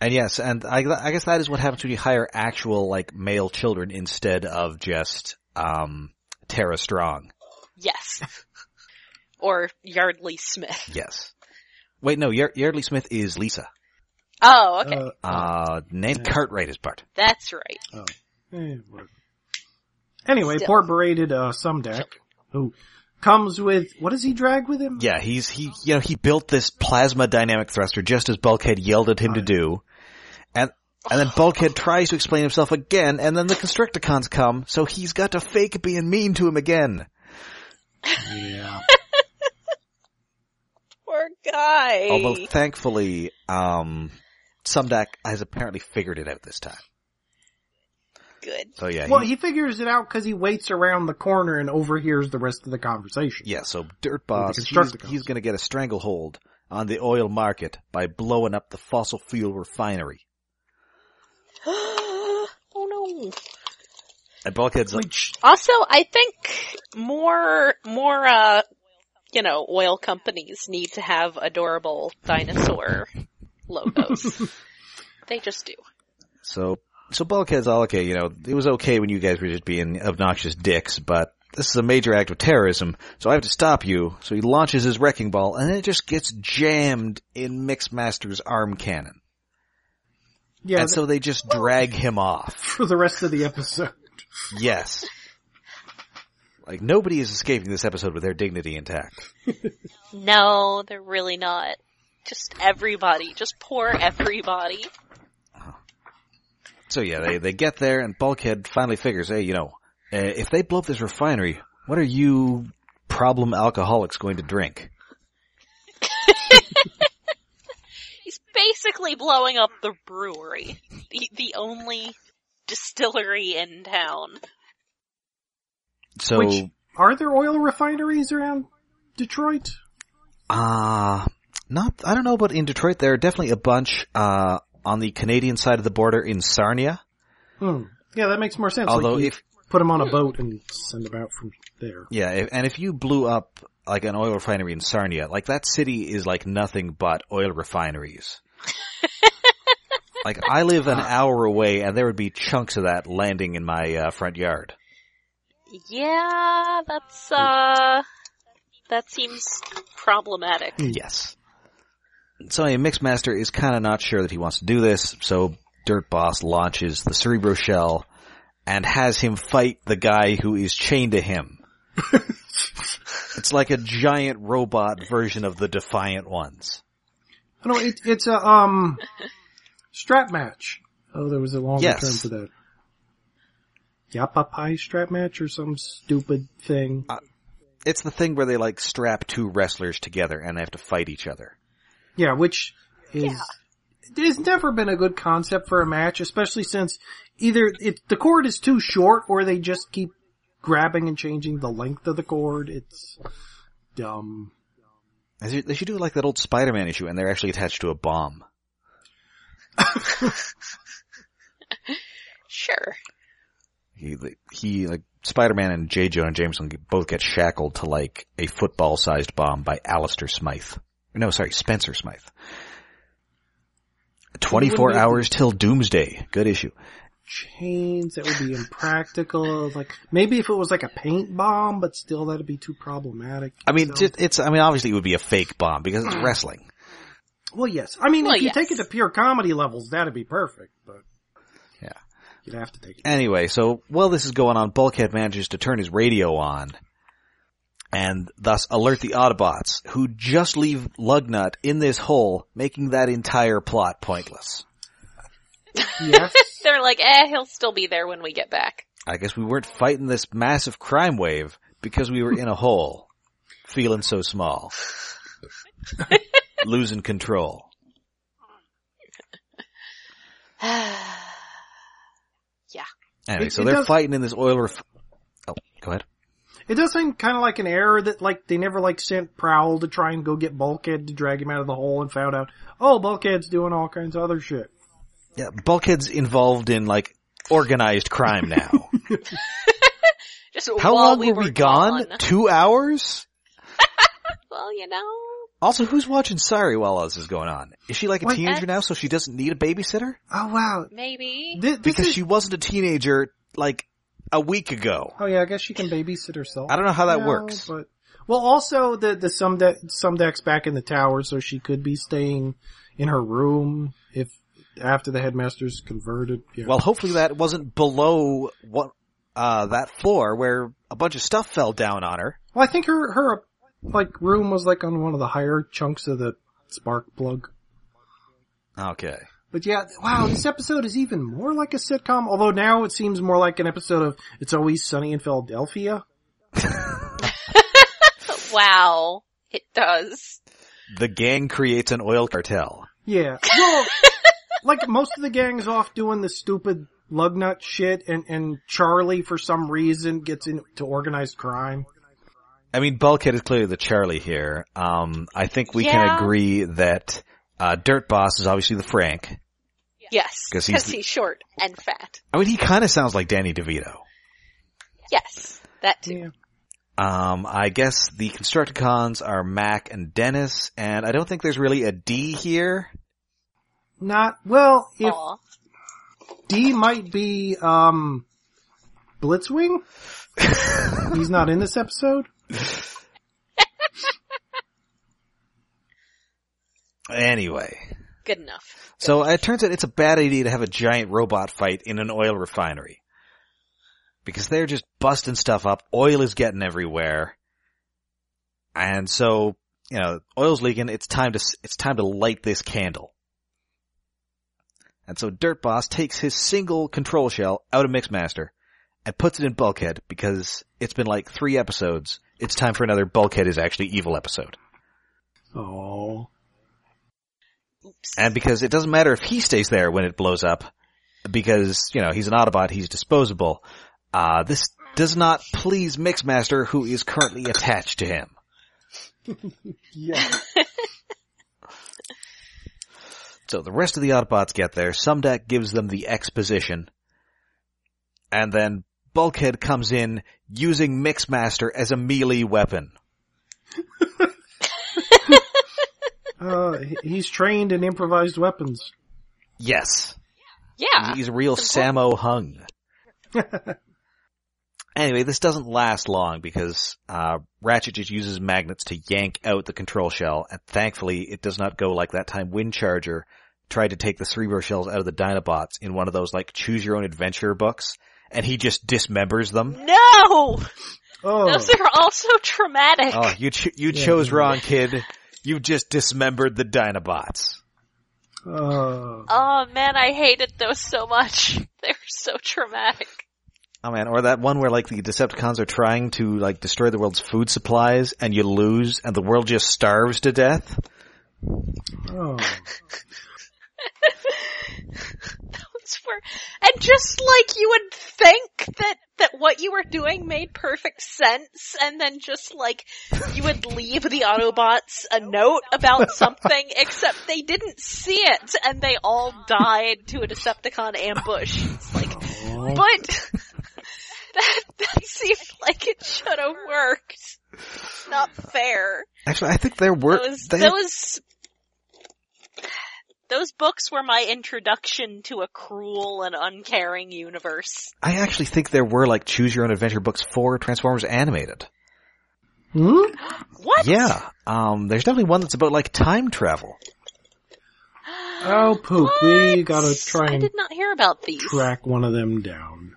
S1: And yes, and I, I guess that is what happens when you hire actual like male children instead of just um Tara Strong.
S2: Yes. or Yardley Smith.
S1: Yes. Wait, no, Yard- Yardley Smith is Lisa.
S2: Oh, okay.
S3: Uh,
S1: Uh, Nan Cartwright is Bart.
S2: that's right.
S3: eh, whatever. anyway,
S2: Still.
S3: poor berated uh, some deck who comes with what does he drag with him?
S1: Yeah, he's he you know, he built this plasma dynamic thruster just as Bulkhead yelled at him to do. And and then
S3: <sighs>
S1: Bulkhead tries to explain himself again, and then the Constricticons come, so he's got to fake being mean to him again.
S3: yeah.
S2: Poor guy.
S1: Although thankfully, um Sumdak has apparently figured it out this time.
S2: Good. <gasps>
S1: So yeah,
S3: Well,
S1: he-
S3: he figures it out because he waits around the corner and overhears the rest of the conversation.
S1: yeah, so Dirt Boss, he's,
S3: Constructicons.
S1: he's gonna get a stranglehold on the oil market by blowing up the fossil fuel refinery.
S2: oh no.
S1: And Bulkhead's like,
S3: Which
S2: Also, I think more more uh you know, oil companies need to have adorable dinosaur logos. They just do.
S1: So, so Bulkhead's all okay, you know, it was okay when you guys were just being obnoxious dicks, but this is a major act of terrorism, so I have to stop you. So he launches his wrecking ball, and then it just gets jammed in Mixmaster's arm cannon.
S3: yeah,
S1: and so they just drag him off.
S3: for the rest of the episode.
S1: Yes. Like, nobody is escaping this episode with their dignity intact.
S2: No, they're really not. Just everybody. Just poor everybody.
S1: So yeah, they, they get there, and Bulkhead finally figures, hey, you know, uh, if they blow up this refinery, what are you problem alcoholics going to drink?
S2: He's basically blowing up the brewery. The, the only distillery in town.
S1: So...
S3: Which are there oil refineries around Detroit?
S1: Uh, not, I don't know, but in Detroit there are definitely a bunch, uh, on the Canadian side of the border in Sarnia.
S3: Hmm. Yeah, that makes more sense.
S1: Although
S3: like you
S1: if,
S3: put them on a boat and send them out from there.
S1: yeah, if, and if you blew up like an oil refinery in Sarnia, like that city is like nothing but oil
S3: <laughs>
S1: refineries. like I live an hour away and there would be chunks of that landing in my uh, front yard.
S2: Yeah, that's, uh, that seems problematic.
S1: Hmm. Yes. So anyway, Mixmaster is kind of not sure that he wants to do this, so Dirt Boss launches the Cerebro Shell and has him fight the guy who is chained to him. it's like a giant robot version of the Defiant Ones.
S3: Oh, no, it, it's a um strap match. Oh, there was a longer
S1: Yes.
S3: term for that. Yappa pie strap match or some stupid thing.
S1: It's the thing where they like strap two wrestlers together and they have to fight each other.
S3: Yeah, which is there's never been a good concept for a match, especially since either it, the cord is too short or they just keep grabbing and changing the length of the cord. It's dumb.
S1: They should- They should do like that old Spider-Man issue and they're actually attached to a bomb.
S2: Sure.
S1: He, he, like, Spider-Man and J. Jonah Jameson both get shackled to like a football-sized bomb by Alistair Smythe. No, sorry, Spencer Smythe. 24
S3: Wouldn't it-
S1: hours till doomsday. Good issue.
S3: chains that would be impractical. Like maybe if it was like a paint bomb, but still that'd be too problematic.
S1: I mean,
S3: So-
S1: just, it's, I mean, obviously it would be a fake bomb because it's wrestling.
S3: well, yes. I mean,
S2: Well,
S3: if you
S2: yes.
S3: take it to pure comedy levels, that'd be perfect. But
S1: Yeah.
S3: you'd have to take it.
S1: Anyway, so while this is going on, Bulkhead manages to turn his radio on and thus alert the Autobots who just leave Lugnut in this hole, making that entire plot pointless.
S3: Yes.
S2: <laughs> They're like, eh, he'll still be there when we get back. <sighs>
S1: I guess we weren't fighting this massive crime wave because we were in a hole, feeling so small, losing control. Anyway,
S3: It-
S1: so
S3: it
S1: they're
S3: does-
S1: fighting in this oil ref- Oh, go ahead.
S3: it does seem kind of like an error that like they never like sent Prowl to try and go get Bulkhead to drag him out of the hole and found out, oh, Bulkhead's doing all kinds of other shit.
S1: Yeah, Bulkhead's involved in like organized crime now.
S2: Just
S1: How
S2: while
S1: long
S2: we
S1: were
S2: were
S1: we gone? Two hours?
S2: Well, you know,
S1: Also, who's watching Sari while all this is going on? Is she like a
S3: Wait,
S1: teenager
S2: that's-
S1: now so she doesn't need a babysitter?
S3: Oh wow,
S2: maybe.
S3: Th- this
S1: Because
S3: is-
S1: she wasn't a teenager like a week ago.
S3: Oh yeah, I guess she can babysit herself.
S1: I don't know how that
S3: No,
S1: works.
S3: But well, also the the some de- some decks back in the tower, so she could be staying in her room if after the headmaster's converted. Yeah.
S1: Well, hopefully that wasn't below what uh that floor where a bunch of stuff fell down on her.
S3: Well, I think her her like room was like on one of the higher chunks of the spark plug.
S1: Okay.
S3: But yeah, wow, this episode is even more like a sitcom. Although now it seems more like an episode of It's Always Sunny in Philadelphia.
S2: Wow. It does.
S1: The gang creates an oil cartel.
S3: Yeah. Well, like most of the gang's off doing the stupid lugnut shit and, and Charlie for some reason gets into organized crime.
S1: I mean, Bulkhead is clearly the Charlie here. Um, I think we
S2: Yeah.
S1: can agree that uh, Dirt Boss is obviously the Frank.
S2: Yes,
S1: 'Cause
S2: because
S1: he's
S2: he's,
S1: the-
S2: short and fat.
S1: I mean, he kind of sounds like Danny DeVito.
S2: Yes, that too.
S3: Yeah.
S1: Um, I guess the Constructicons are Mac and Dennis, and I don't think there's really a D here.
S3: Not, well, if
S2: Aw.
S3: D might be, um, Blitzwing? He's not in this episode?
S1: Anyway,
S2: Good enough.
S1: so uh, it turns out it's a bad idea to have a giant robot fight in an oil refinery. Because they're just busting stuff up, oil is getting everywhere. And so, you know, oil's leaking, it's time to, s- it's time to light this candle. And so Dirt Boss takes his single control shell out of Mixmaster and puts it in Bulkhead because it's been like three episodes. It's time for another Bulkhead is actually evil episode.
S3: Oh.
S1: And because it doesn't matter if he stays there when it blows up, because, you know, he's an Autobot, he's disposable. Uh, this does not please Mixmaster, who is currently attached to him.
S3: Yeah.
S1: So the rest of the Autobots get there, Sumdac gives them the exposition, and then Bulkhead comes in using Mixmaster as a melee weapon.
S3: Uh, he- he's trained in improvised weapons.
S1: Yes.
S2: Yeah.
S1: He's a real Sammo Hung. anyway, this doesn't last long because uh, Ratchet just uses magnets to yank out the control shell, and thankfully it does not go like that time Windcharger tried to take the Cerebro shells out of the Dinobots in one of those like choose your own adventure books, and he just dismembers them.
S2: No!
S3: Oh.
S2: Those are also traumatic.
S1: Oh, you ch- you
S3: Yeah.
S1: chose wrong, kid. You just dismembered the Dinobots.
S3: Oh.
S2: Oh man, I hated those so much. <laughs> They were so traumatic.
S1: Oh man, or that one where like the Decepticons are trying to like destroy the world's food supplies and you lose and the world just starves to death.
S3: Oh.
S2: Those were, and just like you would think that, that what you were doing made perfect sense, and then just like, you would leave the Autobots a note about something, except they didn't see it, and they all died to a Decepticon ambush. It's like,
S3: Oh.
S2: But <laughs> that that seemed like it should have worked. It's not fair.
S1: Actually, I think there were
S2: That was
S1: they,
S2: that was Those books were my introduction to a cruel and uncaring universe.
S1: I actually think there were like choose your own adventure books for Transformers animated.
S3: Hmm?
S2: What?
S1: Yeah. Um, there's definitely one that's about like time travel.
S3: Oh, poop. We
S2: What?
S3: gotta try
S2: I
S3: and
S2: did not hear about these.
S3: track one of them down.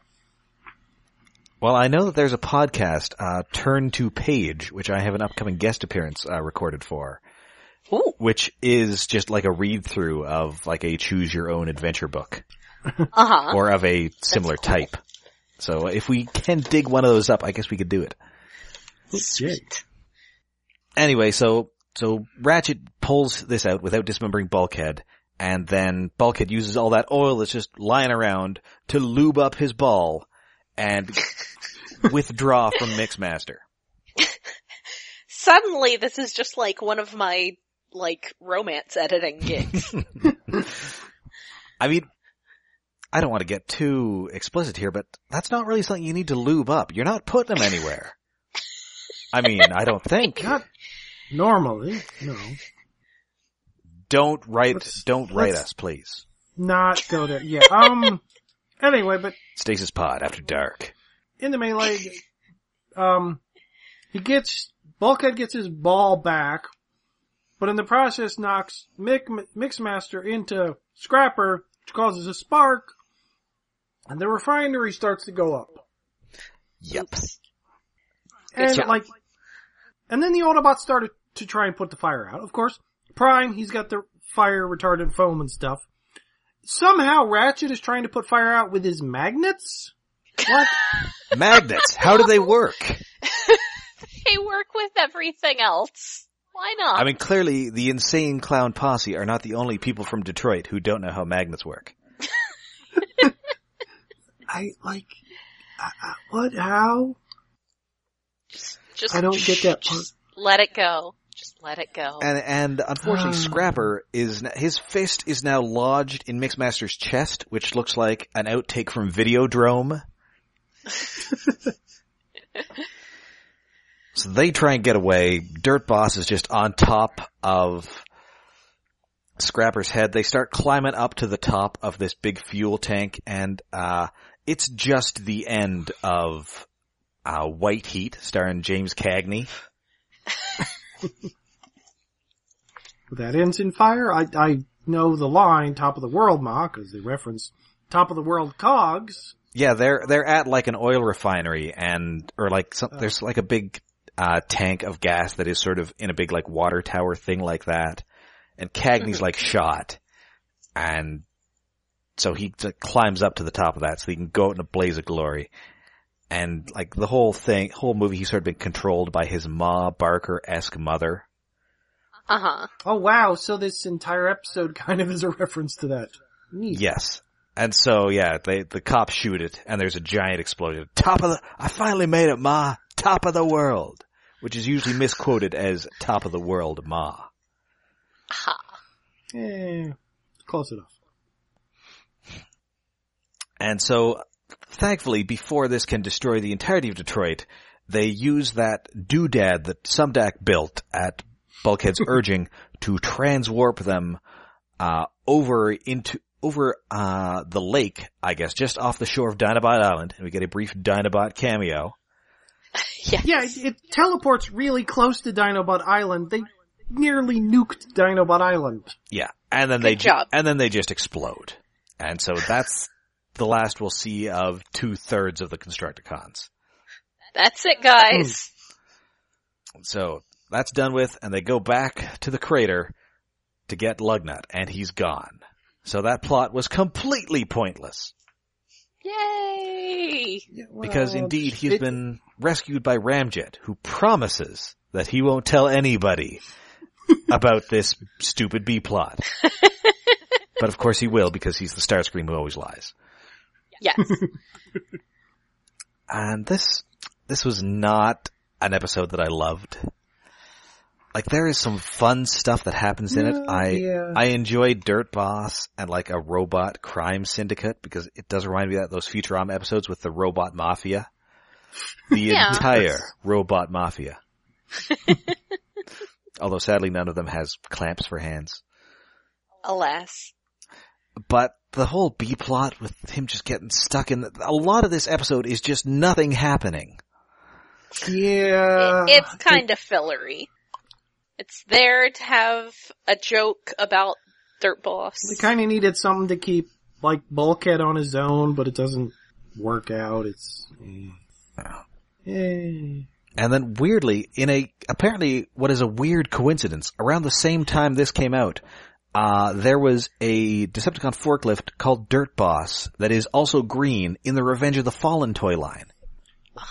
S1: Well, I know that there's a podcast, uh, Turn to Page, which I have an upcoming guest appearance, uh, recorded for,
S2: Ooh.
S1: which is just like a read through of like a choose your own adventure book
S2: Uh huh.
S1: or of a similar
S2: cool.
S1: type. So if we can dig one of those up, I guess we could do it.
S2: Sweet.
S1: anyway, so so Ratchet pulls this out without dismembering Bulkhead, and then Bulkhead uses all that oil that's just lying around to lube up his ball
S3: <laughs>
S1: and withdraw from Mixmaster.
S2: Suddenly, this is just like one of my like romance editing
S3: <laughs>
S2: gigs.
S1: I mean, I don't want to get too explicit here, but that's not really something you need to lube up. You're not putting him anywhere. I mean, I don't
S3: <laughs>
S1: think.
S3: Not normally, no.
S1: Don't write,
S3: Let's-
S1: don't write
S3: let's-
S1: us, please.
S3: Not go there. Yeah. Um. anyway, but
S1: Stasis Pod after dark.
S3: in the melee, um, he gets Bulkhead gets his ball back, but in the process knocks Mick, Mixmaster into Scrapper, which causes a spark, and the refinery starts to go up.
S1: Yep.
S3: And
S2: job.
S3: like, and then the Autobots started to try and put the fire out. Of course, Prime, he's got the fire retardant foam and stuff. Somehow Ratchet is trying to put fire out with his magnets? What?
S1: Magnets. How do they work?
S2: they work with everything else. Why not?
S1: I mean, clearly the insane clown posse are not the only people from Detroit who don't know how magnets work.
S3: I like, I, I, what? How?
S2: just
S3: I don't get that part.
S2: Just let it go. Just let it go.
S1: And and unfortunately,
S3: Ah.
S1: Scrapper is n- his fist is now lodged in Mixmaster's chest, which looks like an outtake from Videodrome. so they try and get away. Dirt Boss is just on top of Scrapper's head. They start climbing up to the top of this big fuel tank, and uh, it's just the end of uh, White Heat, starring James Cagney.
S3: That ends in fire? I, I know the line, top of the world, Ma, because they reference top of the world cogs.
S1: Yeah, they're they're at like an oil refinery and or like some, there's like a big uh tank of gas that is sort of in a big like water tower thing like that. And Cagney's like shot and so he t- climbs up to the top of that so he can go out in a blaze of glory. And like the whole thing, whole movie, he's sort of been controlled by his Ma Barker-esque mother.
S2: Uh huh.
S3: Oh wow, so this entire episode <laughs> kind of is a reference to that. Neat.
S1: Yes. And so yeah, they, the cops shoot it and there's a giant explosion. Top of the, I finally made it, Ma. Top of the world. Which is usually misquoted as top of the world, Ma.
S2: Ha.
S3: Eh, close enough.
S1: And so thankfully before this can destroy the entirety of Detroit, they use that doodad that Sumdac built at Bulkhead's urging to transwarp them, uh, over into, over, uh, the lake, I guess, just off the shore of Dinobot Island. And we get a brief Dinobot cameo.
S2: Yes.
S3: Yeah, it, it teleports really close to Dinobot Island. They nearly nuked Dinobot Island.
S1: Yeah, and then
S2: Good
S1: they ju-
S2: job.
S1: and then they just explode, and so that's the last we'll see of two thirds of the Constructicons.
S2: That's it, guys.
S1: So that's done with, and they go back to the crater to get Lugnut, and he's gone. So that plot was completely pointless
S3: Hmm.
S2: Yay!
S3: Yeah,
S1: because
S3: well,
S1: indeed he's
S3: it-
S1: been rescued by Ramjet, who promises that he won't tell anybody about this stupid B plot. but of course he will because he's the Starscream who always lies.
S2: Yes.
S1: and this this was not an episode that I loved. Like there is some fun stuff that happens in it.
S3: Yeah,
S1: I
S3: yeah.
S1: I enjoyed Dirt Boss and like a robot crime syndicate because it does remind me of that those Futurama episodes with the robot mafia. The
S2: Yeah.
S1: entire robot mafia. <laughs> Although sadly none of them has clamps for hands.
S2: Alas.
S1: But the whole B plot with him just getting stuck in a lot of this episode is just nothing happening.
S3: Yeah.
S2: It- it's kind of fillery. It's there to have a joke about Dirt Boss.
S3: They kind of needed something to keep like Bulkhead on his own, but it doesn't work out. It's eh.
S1: And then weirdly, in a, apparently what is a weird coincidence, around the same time this came out, uh, there was a Decepticon forklift called Dirt Boss that is also green in the Revenge of the Fallen toy line.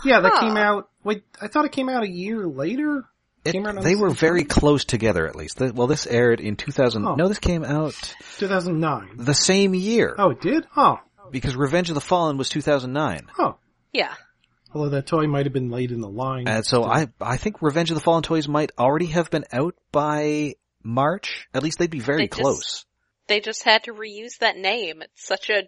S3: yeah. That
S2: Huh.
S3: came out. Wait, I thought it came out a year later.
S1: It-
S3: Came out on
S1: they
S3: the
S1: were
S3: same
S1: very close together at least. Th- Well, this aired in 2000.
S3: Oh.
S1: No, this came out
S3: 2009.
S1: the same year
S3: Oh, it did. Oh,
S1: because Revenge of the Fallen was 2009.
S3: oh.
S2: Yeah.
S3: Although that toy might have been late in the line.
S1: And so I, I think Revenge of the Fallen toys might already have been out by March. At least they'd be very
S2: They just-
S1: close.
S2: They just had to reuse that name. It's such a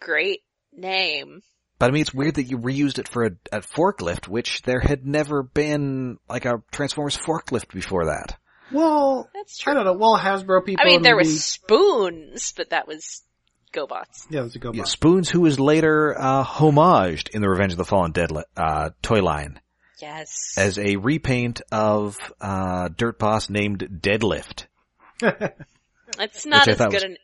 S2: great name.
S1: But I mean, it's weird that you reused it for a, a forklift, which there had never been like a Transformers forklift before that.
S3: well,
S2: That's true.
S3: I don't know. Well, Hasbro people.
S2: I mean, there
S3: and
S2: was spoons, but that was GoBots.
S3: we- yeah, it was a go.
S1: Yeah, Spoons, who was later uh, homaged in the Revenge of the Fallen dead uh, toy line
S2: Yes.
S1: as a repaint of uh, Dirt Boss named Deadlift.
S2: it's not
S1: I
S2: as
S1: thought
S2: good
S1: was-
S2: an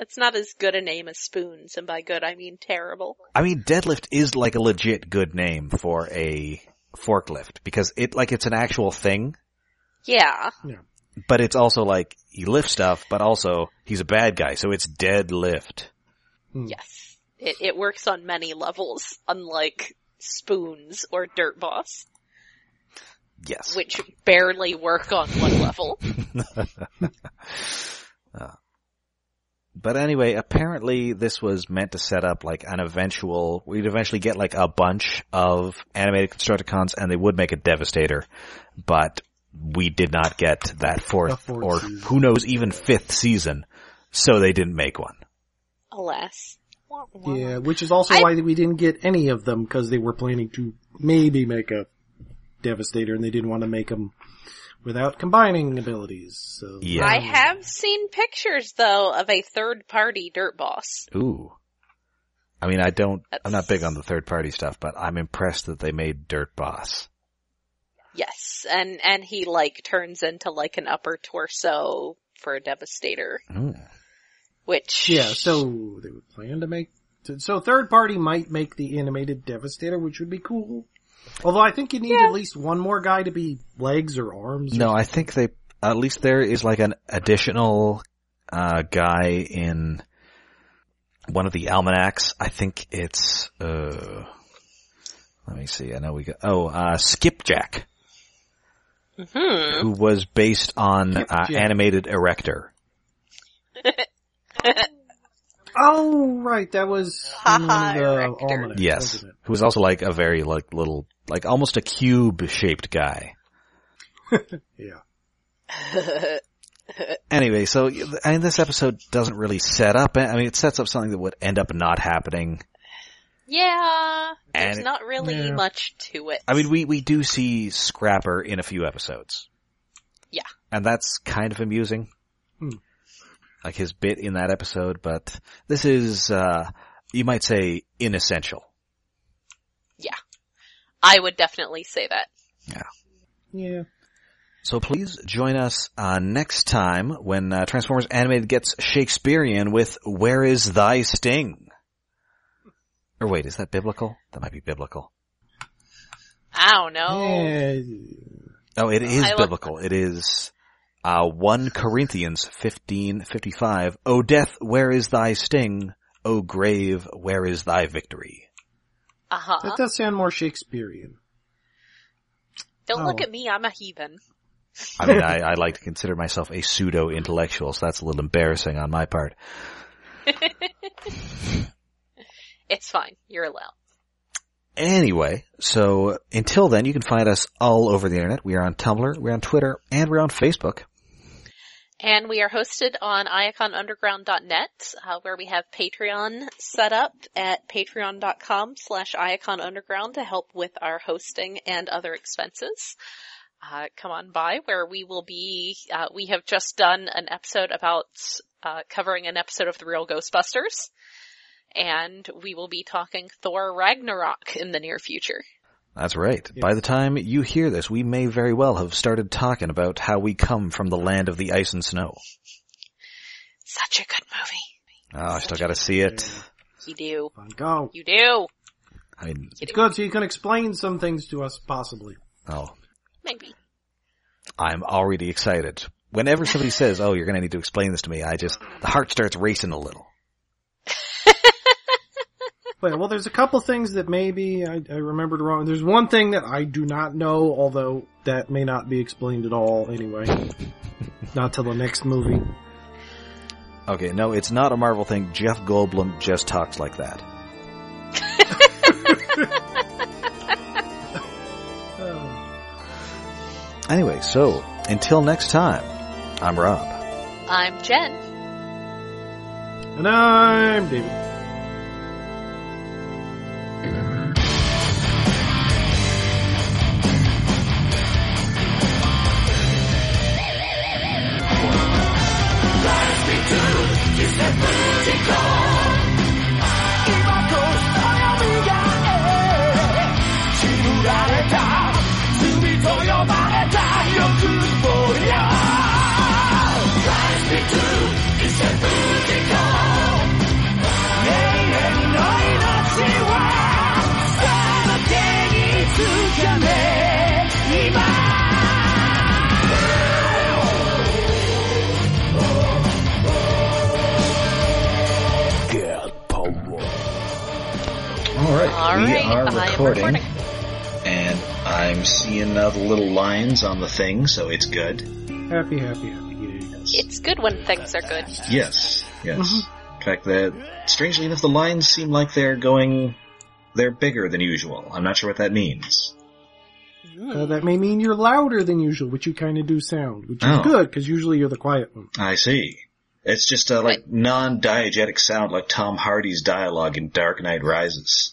S2: it's not as good a name as spoons, and by good I mean terrible.
S1: I mean, deadlift is like a legit good name for a forklift because it like it's an actual thing,
S2: Yeah.
S1: but it's also like he lifts stuff, but also he's a bad guy, so it's deadlift. Hmm.
S2: Yes. It it works on many levels, unlike spoons or dirt boss,
S1: Yes.
S2: which barely work on one level.
S1: But anyway, apparently this was meant to set up like an eventual, we'd eventually get like a bunch of animated Constructicons and they would make a Devastator, but we did not get that
S3: The
S1: fourth,
S3: fourth
S1: or
S3: season.
S1: who knows even fifth season, so they didn't make one.
S2: Alas.
S3: Yeah, which is also
S2: I-
S3: why we didn't get any of them because they were planning to maybe make a Devastator, and they didn't want to make them without combining abilities. So
S1: Yeah.
S2: I have seen pictures though of a third party dirt boss.
S1: Ooh. I mean, I don't, I'm not
S2: That's-
S1: big on the third party stuff, but I'm impressed that they made Dirt Boss.
S2: Yes, and and he like turns into like an upper torso for a devastator,
S1: Ooh.
S2: which
S3: yeah. So they would plan to make. to- So third party might make the animated Devastator, which would be cool. Although I think you need
S2: Yeah.
S3: at least one more guy to be legs or arms. or
S1: No, I think they, at least there is like an additional, uh, guy in one of the almanacs. I think it's, uh, let me see. I know we got, oh, uh, Skipjack,
S2: Hmm.
S1: who was based on, uh,
S3: Skipjack.
S1: animated Erector.
S3: Oh, right. That <laughs> was
S2: Ha
S3: in the
S2: ha, Erector.
S3: almanac.
S1: Yes.
S3: wasn't it?
S1: Who was also like a very like little, like almost a cube shaped guy.
S3: Yeah.
S1: anyway, so I mean, this episode doesn't really set up. I mean, it sets up something that would end up not happening.
S2: <laughs> yeah, there's
S1: And-
S2: not really
S3: Yeah.
S2: much to it.
S1: I mean, we we do see Scrapper in a few episodes.
S2: Yeah.
S1: and that's kind of amusing.
S3: Hmm.
S1: Like his bit in that episode, but this is uh you might say inessential.
S2: I would definitely say that.
S3: Yeah.
S1: So please join us uh, next time when uh, Transformers Animated gets Shakespearean with "Where is thy sting?" Or wait, is that biblical? That might be biblical.
S2: I don't know.
S3: Yeah.
S1: Oh, it is
S2: I looked-
S1: biblical. It is uh, 1 Corinthians fifteen fifty five. O death, where is thy sting? O grave, where is thy victory?
S2: Uh huh.
S3: That does sound more Shakespearean.
S2: Don't
S3: oh.
S2: look at me. I'm a heathen.
S1: I mean, I, I like to consider myself a pseudo-intellectual, so that's a little embarrassing on my part.
S2: It's fine. You're allowed.
S1: Anyway, so until then, you can find us all over the internet. We are on Tumblr, we're on Twitter, and we're on Facebook.
S2: And we are hosted on iaconunderground.net, uh, where we have Patreon set up at patreon.com slash iaconunderground to help with our hosting and other expenses. Uh, come on by where we will be, uh, we have just done an episode about, uh, covering an episode of The Real Ghostbusters. And we will be talking Thor Ragnarok in the near future.
S1: That's right. By the time you hear this, we may very well have started talking about how we come from the land of the ice and snow.
S2: Such a good movie.
S1: Oh, I still gotta see it.
S2: You do.
S3: Fun. Go.
S2: You do.
S1: I mean,
S3: It's good, so you can explain some things to us, possibly.
S1: oh,
S2: Maybe.
S1: I'm already excited. Whenever somebody says, oh, you're gonna need to explain this to me, I just, the heart starts racing a little.
S3: Wait, well, there's a couple things that maybe I, I remembered wrong. There's one thing that I do not know, although that may not be explained at all anyway. not till the next movie.
S1: Okay, no, it's not a Marvel thing. Jeff Goldblum just talks like that.
S3: Oh.
S1: Anyway, so, until next time, I'm Rob.
S2: I'm Jen.
S3: And I'm David.
S4: All right,
S2: All
S4: we
S2: right,
S4: are
S2: I am
S4: recording,
S2: recording.
S1: And I'm seeing uh, the little lines on the thing, so it's good.
S3: Happy, happy, happy. Yay.
S2: It's good when things are good.
S1: Yes, yes. In fact, that strangely enough, the lines seem like they're going, they're bigger than usual. I'm not sure what that means.
S2: Mm-hmm.
S3: Uh, that may mean you're louder than usual, which you kind of do sound, which is
S1: Oh.
S3: good 'cause good because usually you're the quiet one.
S1: I see. It's just a like non-diegetic sound, like Tom Hardy's dialogue in Dark Knight Rises.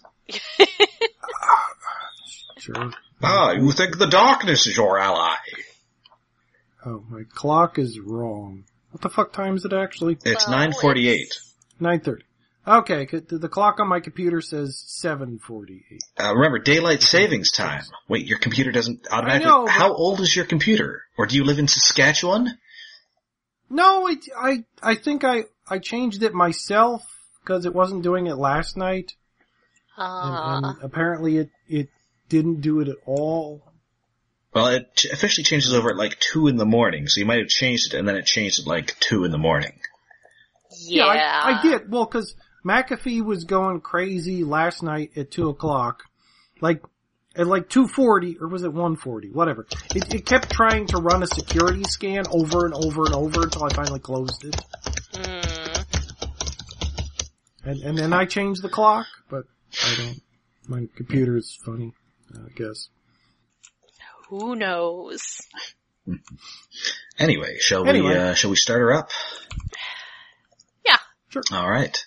S3: Sure.
S1: Ah, you think the darkness is your ally?
S3: Oh, my clock is wrong. What the fuck time is it actually?
S1: It's
S2: Well,
S1: 9:48.
S3: Nine thirty. Okay, c- the clock on my computer says seven forty-eight.
S1: Uh, remember, daylight savings time. Wait, your computer doesn't automatically.
S3: know, but-
S1: How old is your computer? Or do you live in Saskatchewan?
S3: No, it, I I think I I changed it myself because it wasn't doing it last night, and, and
S2: Uh,
S3: apparently it it didn't do it at all.
S1: Well, it ch- officially changes over at like two in the morning, so you might have changed it, and then it changed at like two in the morning.
S2: yeah.
S3: I, I did. Well, because McAfee was going crazy last night at two o'clock, like at like two forty or was it one forty? Whatever. It, it kept trying to run a security scan over and over and over until I finally closed it,
S2: Mm.
S3: and and then I changed the clock, but I don't. My computer is funny, I guess.
S2: Who knows?
S1: Anyway, shall
S3: Anyway.
S1: we? Uh, shall we start her up?
S2: Yeah.
S3: Sure.
S1: All right.